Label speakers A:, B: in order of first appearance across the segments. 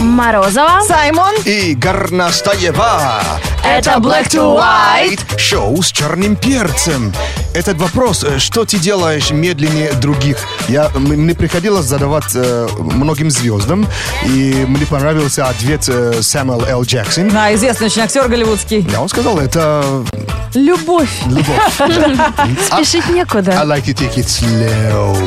A: Морозова.
B: Саймон.
C: и Горностаева.
A: Это Black to White.
C: Шоу с черным перцем. Этот вопрос, э, что ты делаешь медленнее других? Я, мне приходилось задавать э, многим звездам, и мне понравился ответ э, Сэмюэл Л. Джексон.
B: Да, известный очень актер голливудский.
C: Я он сказал, это
B: Любовь.
C: любовь. А-
A: Спешить
C: I
A: некуда.
C: like to take it slow.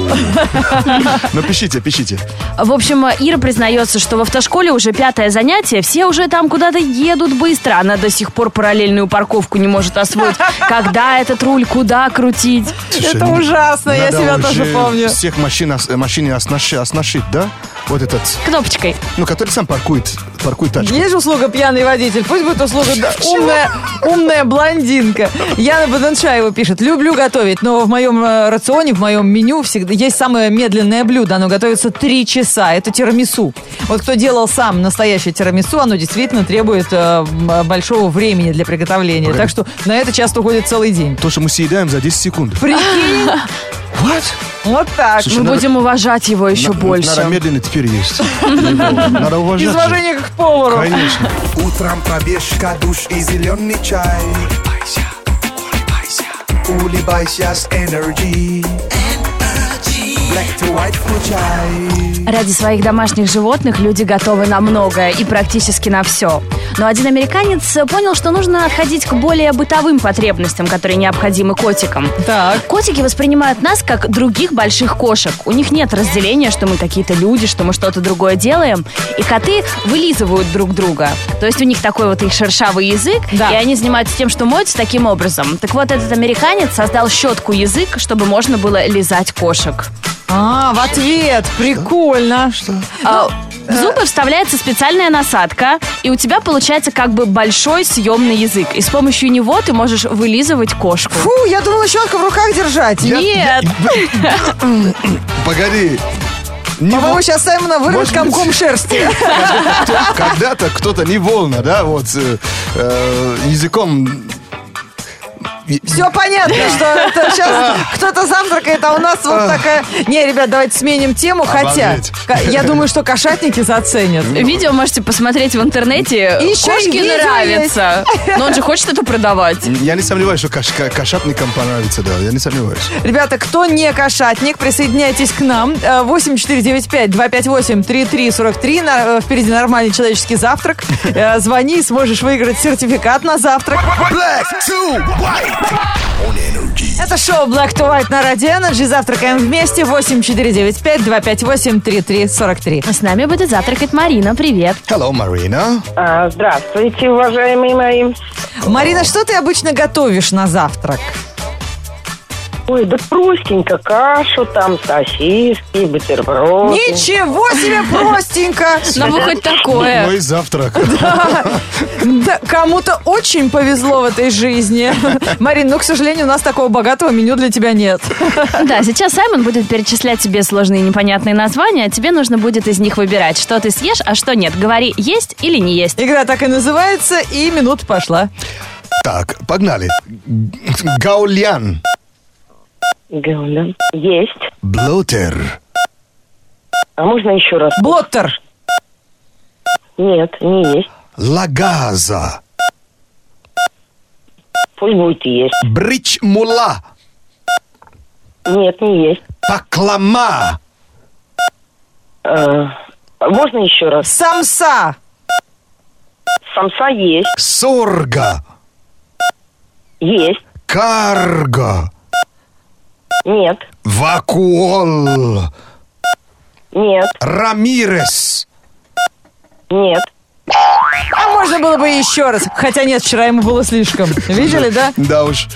C: Но пишите, пишите.
A: В общем, Ира признается, что в автошколе уже пятое занятие, все уже там куда-то едут быстро. Она до сих пор параллельную парковку не может освоить. Когда этот руль, куда крутить?
C: Слушай,
B: Это
C: ну,
B: ужасно, я
C: надо
B: себя тоже
C: уже
B: помню.
C: Всех машин, ос- машине осноши- осношить, да? Вот этот,
A: Кнопочкой.
C: ну, который сам паркует, паркует тачку.
B: Есть же услуга пьяный водитель, пусть будет услуга да, умная, умная блондинка. Яна Баденчаева пишет, люблю готовить, но в моем э, рационе, в моем меню всегда есть самое медленное блюдо, оно готовится три часа, это тирамису. Вот кто делал сам настоящее тирамису, оно действительно требует э, м, большого времени для приготовления, так что на это часто уходит целый день.
C: То, что мы съедаем за 10 секунд.
B: Прикинь,
C: What?
B: вот так.
C: Слушай,
A: Мы
C: надо-
A: будем уважать его еще
C: на-
A: больше.
C: Надо медленно теперь есть. Надо уважать.
B: Из
C: же.
B: уважения к повару.
C: Конечно.
D: Утром пробежка, душ и зеленый чай. Улыбайся, улыбайся с Energy. Black to white включай.
A: Ради своих домашних животных люди готовы на многое и практически на все. Но один американец понял, что нужно отходить к более бытовым потребностям, которые необходимы котикам.
B: Так.
A: А Котики воспринимают нас как других больших кошек. У них нет разделения, что мы какие-то люди, что мы что-то другое делаем. И коты вылизывают друг друга. То есть у них такой вот их шершавый язык,
B: Да.
A: и они занимаются тем, что моются таким образом. Так вот, этот американец создал щетку язык, чтобы можно было лизать кошек.
B: А, в ответ, прикольно. Ну,
A: А, в зубы
B: э.
A: вставляется специальная насадка, и у тебя получается как бы большой съемный язык. И с помощью него ты можешь вылизывать кошку.
B: Фу, я думала щетку в руках держать.
A: Нет!
C: Погоди. Не
B: По-моему,
C: вол-
B: сейчас Саймона вырвет
C: Может быть.
B: комком шерсти.
C: кто- Когда-то кто-то не волна, да, вот э, э, языком. И-
B: Все понятно, что это сейчас кто-то завтракает, а у нас вот такая... Не, ребят, давайте сменим тему, хотя...
C: Обалдеть.
B: ка- Я думаю, что кошатники заценят.
A: Видео можете посмотреть в интернете.
B: Ну, И еще и
A: Кошки
B: видео
A: нравится. Но он же хочет это продавать.
C: Я не сомневаюсь, что кош- ко- кошатникам понравится, да, я не сомневаюсь.
B: Ребята, кто не кошатник, присоединяйтесь к нам. Э, 8495-258-3343. На- э, Впереди нормальный человеческий завтрак. Э, Звони, сможешь выиграть сертификат на завтрак.
D: Black to white on Energy.
B: Это шоу Black to White на Radio Energy. Завтракаем вместе. 8495-258-3343.
A: С нами будет завтракать Марина. Привет.
C: Hello, Марина.
E: А, Здравствуйте, уважаемые мои.
B: Марина, что ты обычно готовишь на завтрак?
E: Ой, да простенько, кашу там, сосиски, бутерброды.
B: Ничего себе простенько!
A: Ну, вы хоть такое.
C: Мой завтрак.
B: Да, кому-то очень повезло в этой жизни. Марин, ну, к сожалению, у нас такого богатого меню для тебя нет. ну,
A: Да, сейчас Саймон будет перечислять тебе сложные непонятные названия, а тебе нужно будет из них выбирать, что ты съешь, а что нет. Говори, есть или не есть.
B: Игра так и называется, и минута пошла.
C: Так, погнали. Гаулян.
E: Говно. Есть.
C: Блотер.
E: А можно еще раз?
B: Блоттер,
E: Нет, не есть.
C: Лагаза.
E: Пусть будет есть.
C: Брич мула.
E: Нет, не есть.
C: Паклама.
E: Э, а можно еще раз?
B: самса,
E: Самса есть.
C: Сорга.
E: Есть.
C: Карга.
E: Нет.
C: Вакуол.
E: Нет.
C: Рамирес.
E: Нет.
B: а можно было бы еще раз. Хотя нет, вчера ему было слишком. Видели, да?
C: Да уж.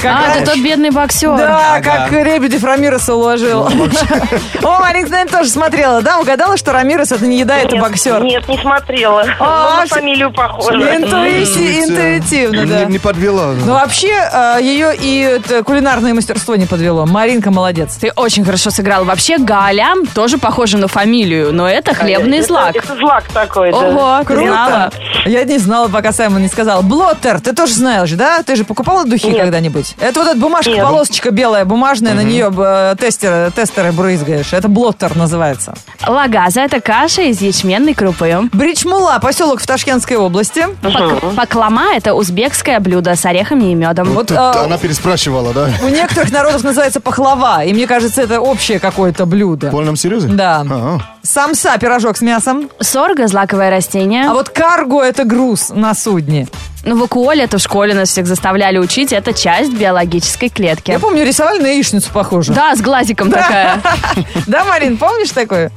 B: Как
A: А,
B: раз-
A: это тот бедный боксер.
B: Да, как Ребедев Рамироса уложил.
C: Ну,
B: О, Марин, наверное, тоже смотрела, да? Угадала, что Рамирос это не еда, это
E: Нет,
B: боксер.
E: Нет, не смотрела.
B: А,
E: Но на
B: всё-
E: фамилию похоже.
B: Интуиси- Ну, Интуитивно,
C: Не-
B: да.
C: Не подвела.
B: Ну, вообще, э, ее и это, кулинарное мастерство не подвело. Маринка молодец.
A: Ты очень хорошо сыграл. Вообще, Галям тоже похоже на фамилию, но это хлебный
E: Это-
A: злак.
E: Это злак такой, да.
C: А,
A: Ого,
B: Круто.
A: знала.
B: Я не знала, пока Саймон не сказал. Блоттер, ты тоже знаешь, да? Ты же покупала духи
E: Нет.
B: когда-нибудь? брызгать. Это вот эта бумажка,
E: Нет.
B: полосочка белая, бумажная, на нее э, тестеры, тестеры брызгаешь. Это блоттер называется.
A: Лагаза – это каша из ячменной крупы.
B: Бричмула, поселок в Ташкентской области.
A: Пак- Паклама – это узбекское блюдо с орехами и медом.
B: Вот,
C: Тут
B: а,
C: э, она переспрашивала, да?
B: У некоторых народов называется пахлава, и мне кажется, это общее какое-то блюдо.
C: В полном серьезе? А,
B: Да.
C: Ага.
B: Самса – пирожок с мясом.
A: Сорга – злаковое растение.
B: А вот карго – это груз на судне.
A: Ну, вакуоль – это в школе нас всех заставляли учить. Это часть биологической клетки.
B: Я помню, рисовали на яичницу похоже.
A: Да, с глазиком такая.
B: Да, Марин, помнишь такое?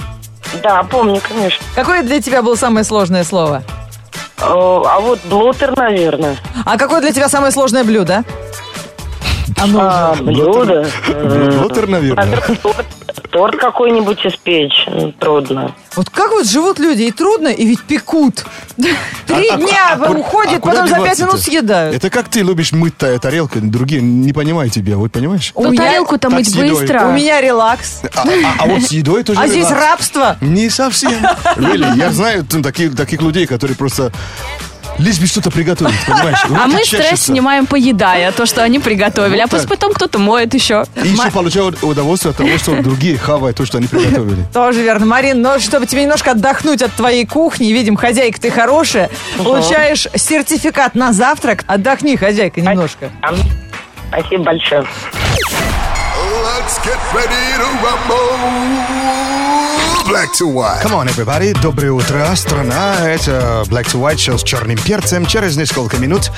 E: Да, помню, конечно.
B: Какое для тебя было самое сложное слово?
E: Э, А вот блотер, наверное.
B: А какое для тебя самое сложное блюдо?
E: А, блюдо. Э,
C: Блотер, наверное.
E: наверное, торт- Торт какой-нибудь испечь. э, Трудно.
B: Вот как вот живут люди, и трудно, и ведь пекут. Три дня
C: А
B: уходит,
C: куда
B: потом за пять
C: деваться-то?
B: минут съедают.
C: Это как ты любишь мыть та- тарелку, другие не понимают тебя, вот понимаешь?
B: У
A: Ну,
B: меня-
A: тарелку-то
C: так
A: мыть
C: с едой.
A: быстро.
B: У меня релакс.
C: А, а- а вот с едой тоже
B: А здесь
C: релакс.
B: рабство.
C: Не совсем. Really, я знаю там, такие- таких людей, которые просто лишь бы что-то приготовить, понимаешь?
A: А
C: Руки
A: мы стресс
C: чешутся.
A: снимаем, поедая то, что они приготовили.
C: Вот
A: А пусть
C: так.
A: потом кто-то моет еще.
C: И еще получают удовольствие от того, что другие хавают то, что они приготовили.
B: Тоже верно. Марин, но чтобы тебе немножко отдохнуть от твоей кухни, видим, хозяйка ты хорошая, получаешь сертификат на завтрак. Отдохни, хозяйка, немножко.
E: А, Спасибо большое.
D: Let's get ready to rumble. Black to white.
C: Come on, everybody. Доброе утро, страна. Это Black to White Show с черным перцем. Через несколько минут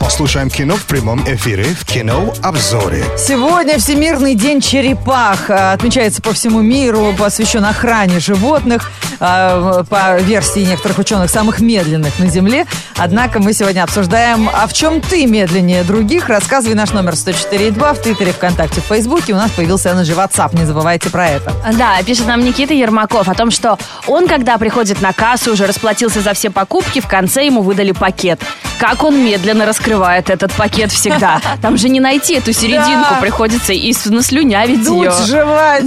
C: послушаем кино в прямом эфире в кинообзоре.
B: Сегодня Всемирный день черепах. А, Отмечается по всему миру, посвящен охране животных, а, в- по версии некоторых ученых, самых медленных на Земле. Однако мы сегодня обсуждаем, а в чем ты медленнее других? Рассказывай наш номер 104.2 в Твиттере, ВКонтакте, в Фейсбуке. У нас появился же WhatsApp, не забывайте про это.
A: Да, пишет нам Никита Ермаков о том, что он, когда приходит на кассу, уже расплатился за все покупки, в конце ему выдали пакет. Как он медленно раскрывает этот пакет всегда. Там же не найти эту серединку,
B: Да.
A: приходится и с- наслюнявить ее.
B: Дуть, жевать,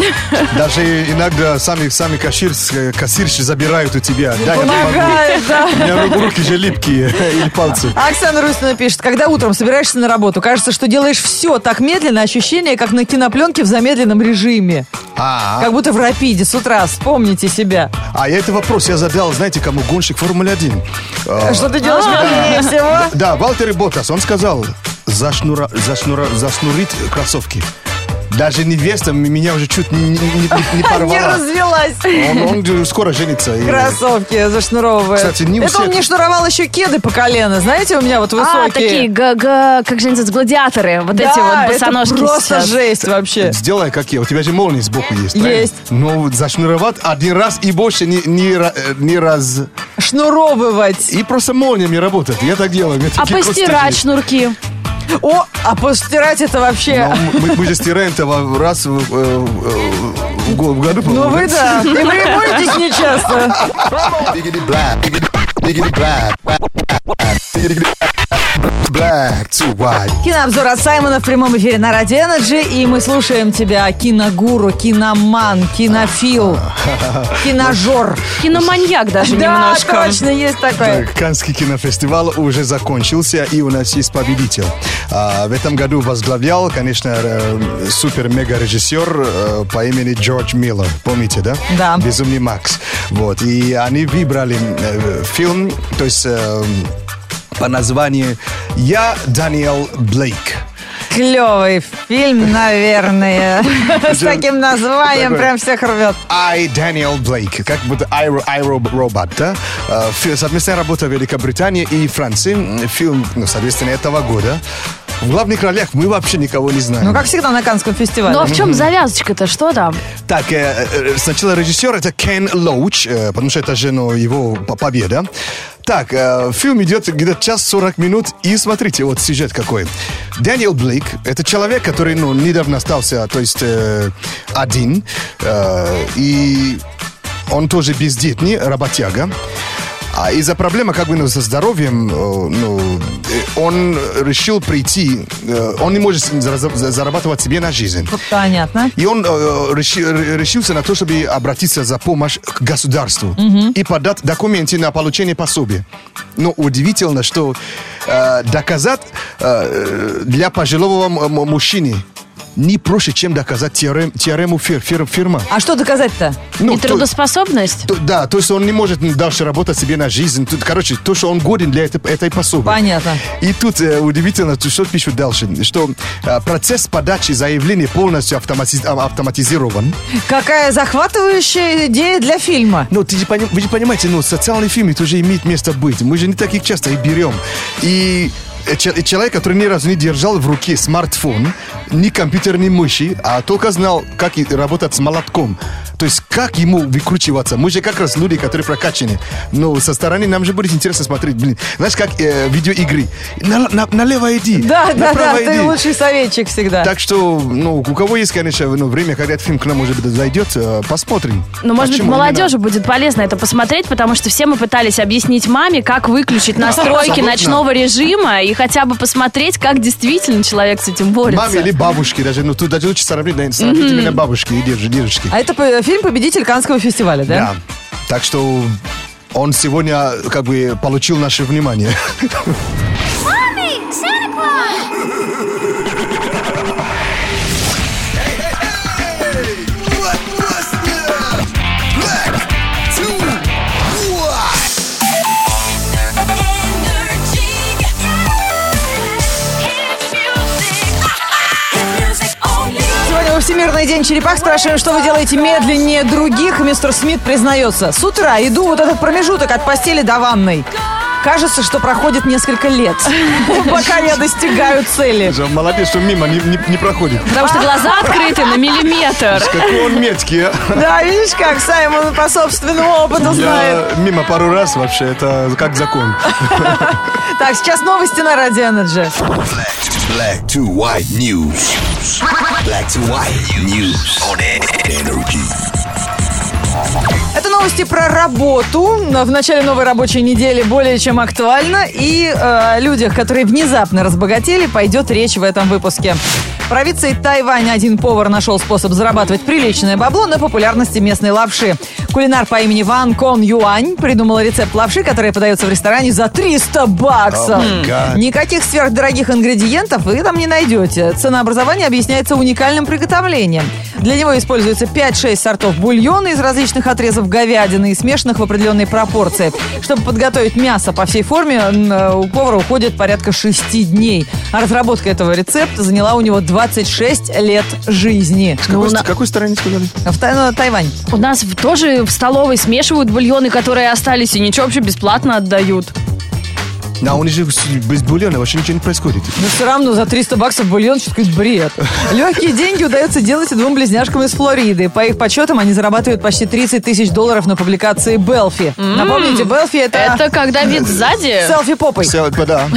C: Даже иногда сами, сами кассир, кассирши забирают у тебя. Да, я помогу.
B: помогает, да.
C: У меня ру- руки же липкие или пальцы.
B: Оксана Русина пишет, когда утром собираешься на работу, кажется, что делаешь все так медленно, ощущение, как на кинопленке в замедленном режиме.
C: А,
B: Как будто в рапиде с утра, вспомните себя.
C: а я этот вопрос я задал, знаете, кому гонщик Формулы 1. А.
B: Что ты делаешь медленнее всего?
C: Да, Валтер Ботас, он сказал, зашнура, зашнура, зашнурить кроссовки. Даже невеста меня уже чуть не, не- не- не
B: Не
C: порвала.
B: развелась.
C: Он, он же скоро женится. и-
B: Кроссовки зашнуровывает.
C: Кстати, не у
B: Это он
C: всех-
B: мне шнуровал еще кеды по колено. Знаете, у меня вот высокие.
A: А, такие, г- г- как же они называются, гладиаторы, вот эти
B: Да,
A: вот босоножки
B: это просто
A: сейчас.
B: жесть вообще.
C: Сделай, как я. У тебя же молния сбоку есть.
B: Есть.
C: Ну, зашнуровать один раз и больше не, не, ра- э, не раз.
B: Шнуровывать.
C: И просто молниями работать. Я так делаю. У меня
A: А
C: такие
A: постирать
C: косточки.
A: шнурки.
B: О, а постирать это вообще...
C: Но А мы, мы же стираем то раз в, э, в- в го- в году.
B: Ну
C: по-моему,
B: вы
C: да?
B: да, и прибойтесь нечасто.
D: Biggity black. Biggity black. Biggity black to white.
B: Кинообзор от Саймона в прямом эфире на Радио Energy. И мы слушаем тебя, киногуру, киноман, кинофил, киножор.
A: Киноманьяк даже
B: Да,
A: немножко.
B: точно, есть такое.
C: Ну, Так, Каннский кинофестиваль уже закончился, и у нас есть победитель. А, в этом году возглавлял, конечно, э, супер-мега-режиссер э, по имени Джордж Миллер. Помните, да?
B: Да.
C: «Безумный Макс». Вот, и они выбрали э, фильм, то есть э, по названию «Я Даниэл Блейк».
B: Клевый фильм, наверное. С таким названием
C: Такой.
B: прям всех рвет.
C: I, Daniel Blake, как будто I, Ro- I, Ro- Robot, да? Э, фи- Совместная работа Великобритании и Франции. М, Фильм, ну, соответственно, этого года. В главных ролях мы вообще никого не знаем.
B: Ну, как всегда на Канском фестивале.
A: Ну а в чем завязочка-то, что там?
C: Так, э, э, сначала режиссер это Кен Лоуч, э, потому что это же ну, его по- победа. Так, э, фильм идет где-то час 40 минут, и смотрите, вот сюжет какой. Дэниел Блейк – это человек, который ну, недавно остался, то есть э, один, э, и он тоже бездетный, работяга. А А из-за проблемы как бы ну, со здоровьем, э, ну, э, он решил прийти, э, он не может зара- за- зарабатывать себе на жизнь.
B: Вот Понятно.
C: И он э, реши- р- решился на то, чтобы обратиться за помощь к государству и подать документы на получение пособия. Но удивительно, что э, доказать э, для пожилого м- м- мужчины не проще, чем доказать теорем- теорему фир- фир- фирма.
B: А что доказать-то?
C: Ну, то-
A: Нетрудоспособность?
C: то- да, то, что он не может дальше работать себе на жизнь. Тут, короче, то, что он годен для этой, этой пособия.
B: Понятно.
C: И тут э, удивительно, то, что пишут дальше, что э, процесс подачи заявления полностью автомати- а- автоматизирован.
B: Какая захватывающая идея для фильма.
C: Ну, ты же пони- вы же понимаете, ну, социальный фильм это уже имеет место быть. Мы же не таких часто и берем. И э, че- и человек, который ни разу не держал в руке смартфон, ни компьютер, ни мыши, а только знал, как и работать с молотком. То есть, как ему выкручиваться. Мы же как раз люди, которые прокачаны. Но со стороны нам же будет интересно смотреть. Блин, знаешь, как э, видеоигры. На- на- налево иди,
B: Да, да, да,
C: направо иди.
B: ты лучший советчик всегда.
C: Так что, ну, у кого есть, конечно, ну, время, когда этот фильм к нам, может быть, зайдет, э, посмотрим.
A: Ну, может быть,
C: Почему именно-
A: молодежи будет полезно это посмотреть, потому что все мы пытались объяснить маме, как выключить настройки
C: абсолютно.
A: ночного режима и хотя бы посмотреть, как действительно человек с этим борется.
C: Маме или бабушке даже. Ну, тут даже лучше сравнить, наверное, сравнить именно бабушки и держи, девочки.
B: А это по- фильм «Победитель Канского фестиваля», да?
C: Да. Так что он сегодня как бы получил наше внимание.
D: What was that? Black to white.
B: Сегодня во Всемирный день черепах спрашиваем, что вы делаете медленнее других. И Мистер Смит признается. С утра иду вот этот промежуток от постели до ванной. Кажется, что проходит несколько лет, пока я достигаю цели.
C: Же Молодец, что мимо не, не- не проходит.
A: Потому что глаза открыты на миллиметр.
C: Какой он меткий, а?
B: Да, видишь, как Саймон по собственному опыту знает. А
C: Я мимо пару раз вообще, это как закон.
B: Так, сейчас новости на Радио Энерджи.
D: Black to white news. Black to white news on energy.
B: Это новости про работу. В начале новой рабочей недели более чем актуально. И э, о людях, которые внезапно разбогатели, пойдет речь в этом выпуске. В провинции Тайвань один повар нашел способ зарабатывать приличное бабло на популярности местной лапши. Кулинар по имени Ван Кон Юань придумала рецепт лапши, которая подается в ресторане за 300 баксов.
C: Oh my God.
B: Никаких сверхдорогих ингредиентов вы там не найдете. Ценообразование объясняется уникальным приготовлением. Для него используется 5-6 сортов бульона из различных отрезов говядины и смешанных в определенной пропорции. Чтобы подготовить мясо по всей форме, м, э, у повара уходит порядка 6 дней. А разработка этого рецепта заняла у него 26 лет жизни.
C: Какой, ст- какой стороне сказали?
B: В Тай- ну, Тайвань.
A: У нас в- тоже в столовой смешивают бульоны, которые остались, и ничего вообще бесплатно отдают.
C: Да, у них же с- без бульона вообще ничего не происходит.
B: Но все Ну, равно за 300 баксов бульон что то бред. Легкие деньги удается делать и двум близняшкам из Флориды. По их подсчетам они зарабатывают почти 30 тысяч долларов на публикации Белфи. Напомните, Белфи это...
A: Это когда вид сзади.
B: Селфи попой.
C: Все, да.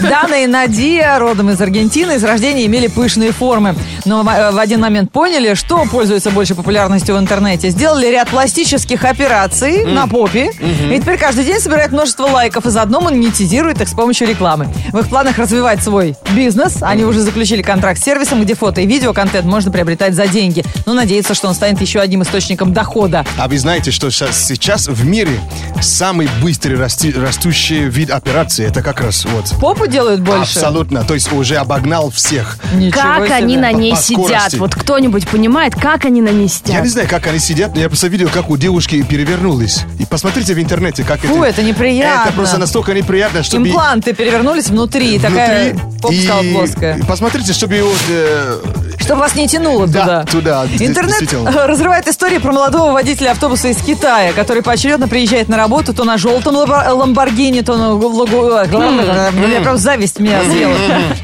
B: Дана и Надия, родом из Аргентины, из рождения имели пышные формы. Но в э, в один момент поняли, что пользуется больше популярностью в интернете. Сделали ряд пластических операций на попе. И теперь каждый день собирает множество лайков. И заодно монетизирует их с помощью рекламы. В их планах развивать свой бизнес. Они уже заключили контракт с сервисом, где фото и видеоконтент можно приобретать за деньги. Но надеется, что он станет еще одним источником дохода.
C: А вы знаете, что щас- сейчас в мире самый быстрый расти- растущий вид операции, это как раз вот.
B: Попу делают больше?
C: Абсолютно. То есть уже обогнал всех.
B: Ничего
A: Как
B: себе.
A: они на ней
C: По
A: сидят?
C: скорости.
A: Вот кто-нибудь понимает, как они на ней
C: Я
A: сидят?
C: не знаю, как они сидят, но я просто видел, как у девушки перевернулись. И посмотрите в интернете, как
B: Фу, это неприятно.
C: Это просто настолько неприятно, чтобы...
B: Импланты перевернулись внутри, и такая
C: внутри-
B: попа
C: и-
B: стала плоская.
C: и Посмотрите, чтобы вот, э,
B: Чтобы вас не тянуло
C: Да,
B: туда.
C: туда, д-
B: Интернет
C: действительно.
B: э, разрывает истории про молодого водителя автобуса из Китая, который поочередно приезжает на работу то на желтом лабо- ламборгини, то на гу- гу- э, гу- я прям зависть меня съела,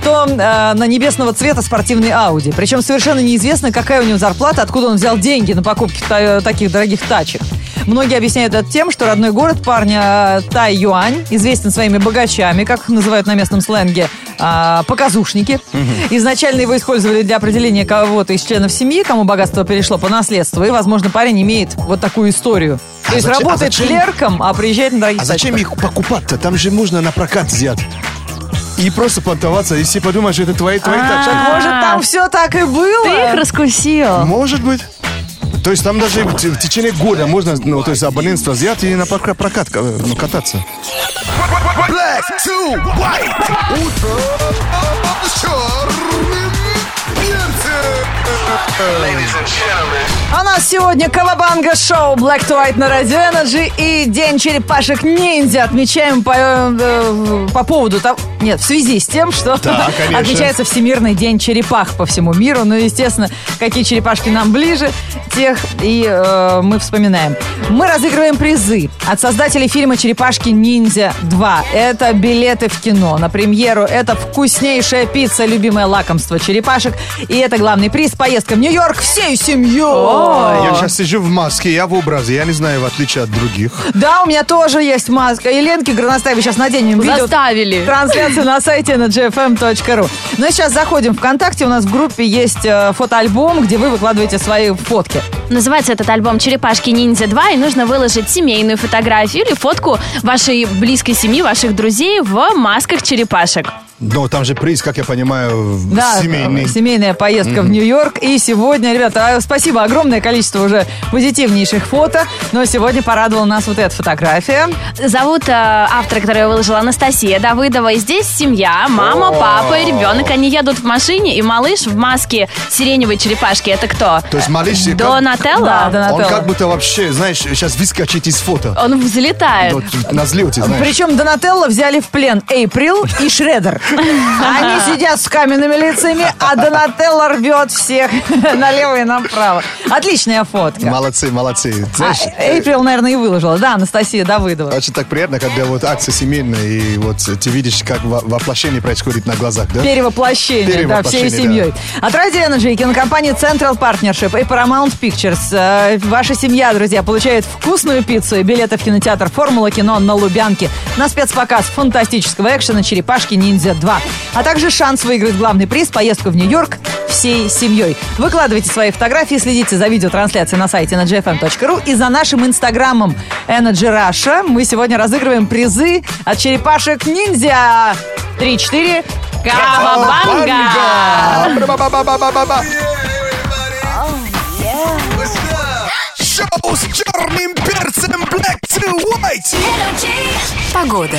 B: то э, на небесного цвета спортивный Ауди. Причем совершенно неизвестно, какая у него зарплата, откуда он взял деньги на покупки та- таких дорогих тачек. Многие объясняют это тем, что родной город парня э, Тай-Юань известен своими богачами, как их называют на местном сленге, а, показушники. Изначально его использовали для определения кого-то из членов семьи, кому богатство перешло по наследству. И, возможно, парень имеет вот такую историю. То есть
C: зачем- а
B: работает
C: зачем-
B: клерком, а приезжает на дорогих
C: А зачем
B: тачках.
C: их покупать-то? Там же можно на прокат взять. И просто понтоваться, и все подумают, что это твои, твои тачки.
B: Так, может, там все так и было?
A: Ты их
B: А.
A: раскусил.
C: Может быть. То есть там даже в те- в течение года можно, ну, то есть абонентство взять и на прокат, прокат э, ну, кататься.
D: Black to white. Утро с черным перцем. Ladies and gentlemen.
B: А У нас сегодня Кавабанга шоу Black to White на Радио Energy и День черепашек ниндзя. Отмечаем по, э, по поводу того... Нет, в связи с тем, что
C: Да, конечно.
B: отмечается Всемирный день черепах по всему миру. Ну, естественно, какие черепашки нам ближе, тех и э, мы вспоминаем. Мы разыгрываем призы от создателей фильма «Черепашки ниндзя 2». Это билеты в кино на премьеру, это вкуснейшая пицца, любимое лакомство черепашек. И это главный приз – поездка в Нью-Йорк всей семьей. А.
C: Я сейчас сижу в маске, я в образе, я не знаю, в отличие от других.
B: Да, у меня тоже есть маска. И Ленке Горностаевой сейчас наденем видео.
A: Заставили.
B: Трансляция на сайте energyfm.ru. Ну и сейчас заходим в ВКонтакте. У нас в группе есть э, фотоальбом, где вы выкладываете свои фотки.
A: Называется этот альбом «Черепашки ниндзя 2», и нужно выложить семейную фотографию или фотку вашей близкой семьи, ваших друзей в масках черепашек.
C: Но Ну, там же приз, как я понимаю, в-
B: Да,
C: семейный.
B: э, семейная поездка в Нью-Йорк. И сегодня, ребята, а, спасибо огромное количество уже позитивнейших фото. Но сегодня порадовала нас вот эта фотография.
A: Зовут э, автора, которую я выложила, Анастасия Давыдова. И здесь семья, мама, папа и ребенок. Они едут в машине, и малыш в маске сиреневой черепашки. Это кто?
C: То есть малыш... как-
A: Донателло?
B: Да, Донателло.
C: Он как будто вообще, знаешь, сейчас выскочит из фото. Ну,
A: Он взлетает.
C: Вот Назлил ты, знаешь.
B: Причем Донателло взяли в плен Эйприл и Шредер. Они сидят с каменными лицами, а Донателло рвет всех налево и направо. Отличная фотка.
C: Молодцы, молодцы.
B: А,
C: Знаешь, э,
B: Эйприл, наверное, и выложила. Да, Анастасия Давыдова.
C: очень так приятно, когда вот акция семейная, и вот ты видишь, как во- воплощение происходит на глазах, да?
B: Перевоплощение, да,
C: Перевоплощение,
B: всей семьей. От Radio Energy и кинокомпании Central Partnership и Paramount Pictures. э, Ваша семья, друзья, получает вкусную пиццу и билеты в кинотеатр «Формула кино» на Лубянке на спецпоказ фантастического экшена «Черепашки-ниндзя 2». А также шанс выиграть главный приз – поездку в Нью-Йорк всей семьей. Выкладывайте свои фотографии, следите за видеотрансляцией на сайте energyfm.ru и за нашим инстаграмом Energy Russia. Мы сегодня разыгрываем призы от черепашек-ниндзя. 3-4.
C: А,
A: Кавабанга!
C: Ба-ба-ба-ба-ба-ба-ба.
D: Шоу с черным перцем Black to white.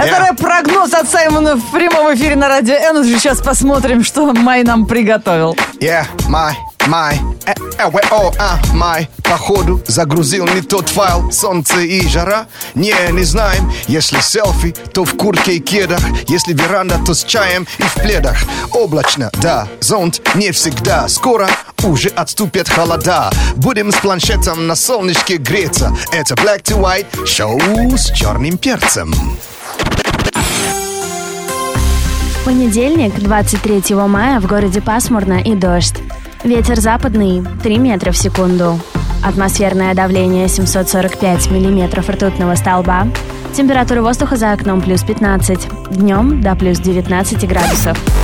B: Это рэп-прогноз от Саймона в прямом эфире на радио Energy. Сейчас посмотрим, что Май нам приготовил.
C: Yeah, my, my, э, э, we, о, а, my. Походу загрузил не тот файл, солнце и жара. Не, не знаем, если селфи, то в куртке и кедах. Если веранда, то с чаем и в пледах. Облачно, да, зонт не всегда. Скоро уже отступят холода. Будем с планшетом на солнышке греться. Это Black to White, шоу с черным перцем.
F: Понедельник, 23 мая, в городе пасмурно и дождь. Ветер западный 3 метра в секунду. Атмосферное давление 745 миллиметров ртутного столба. Температура воздуха за окном плюс 15. Днем до плюс 19 градусов.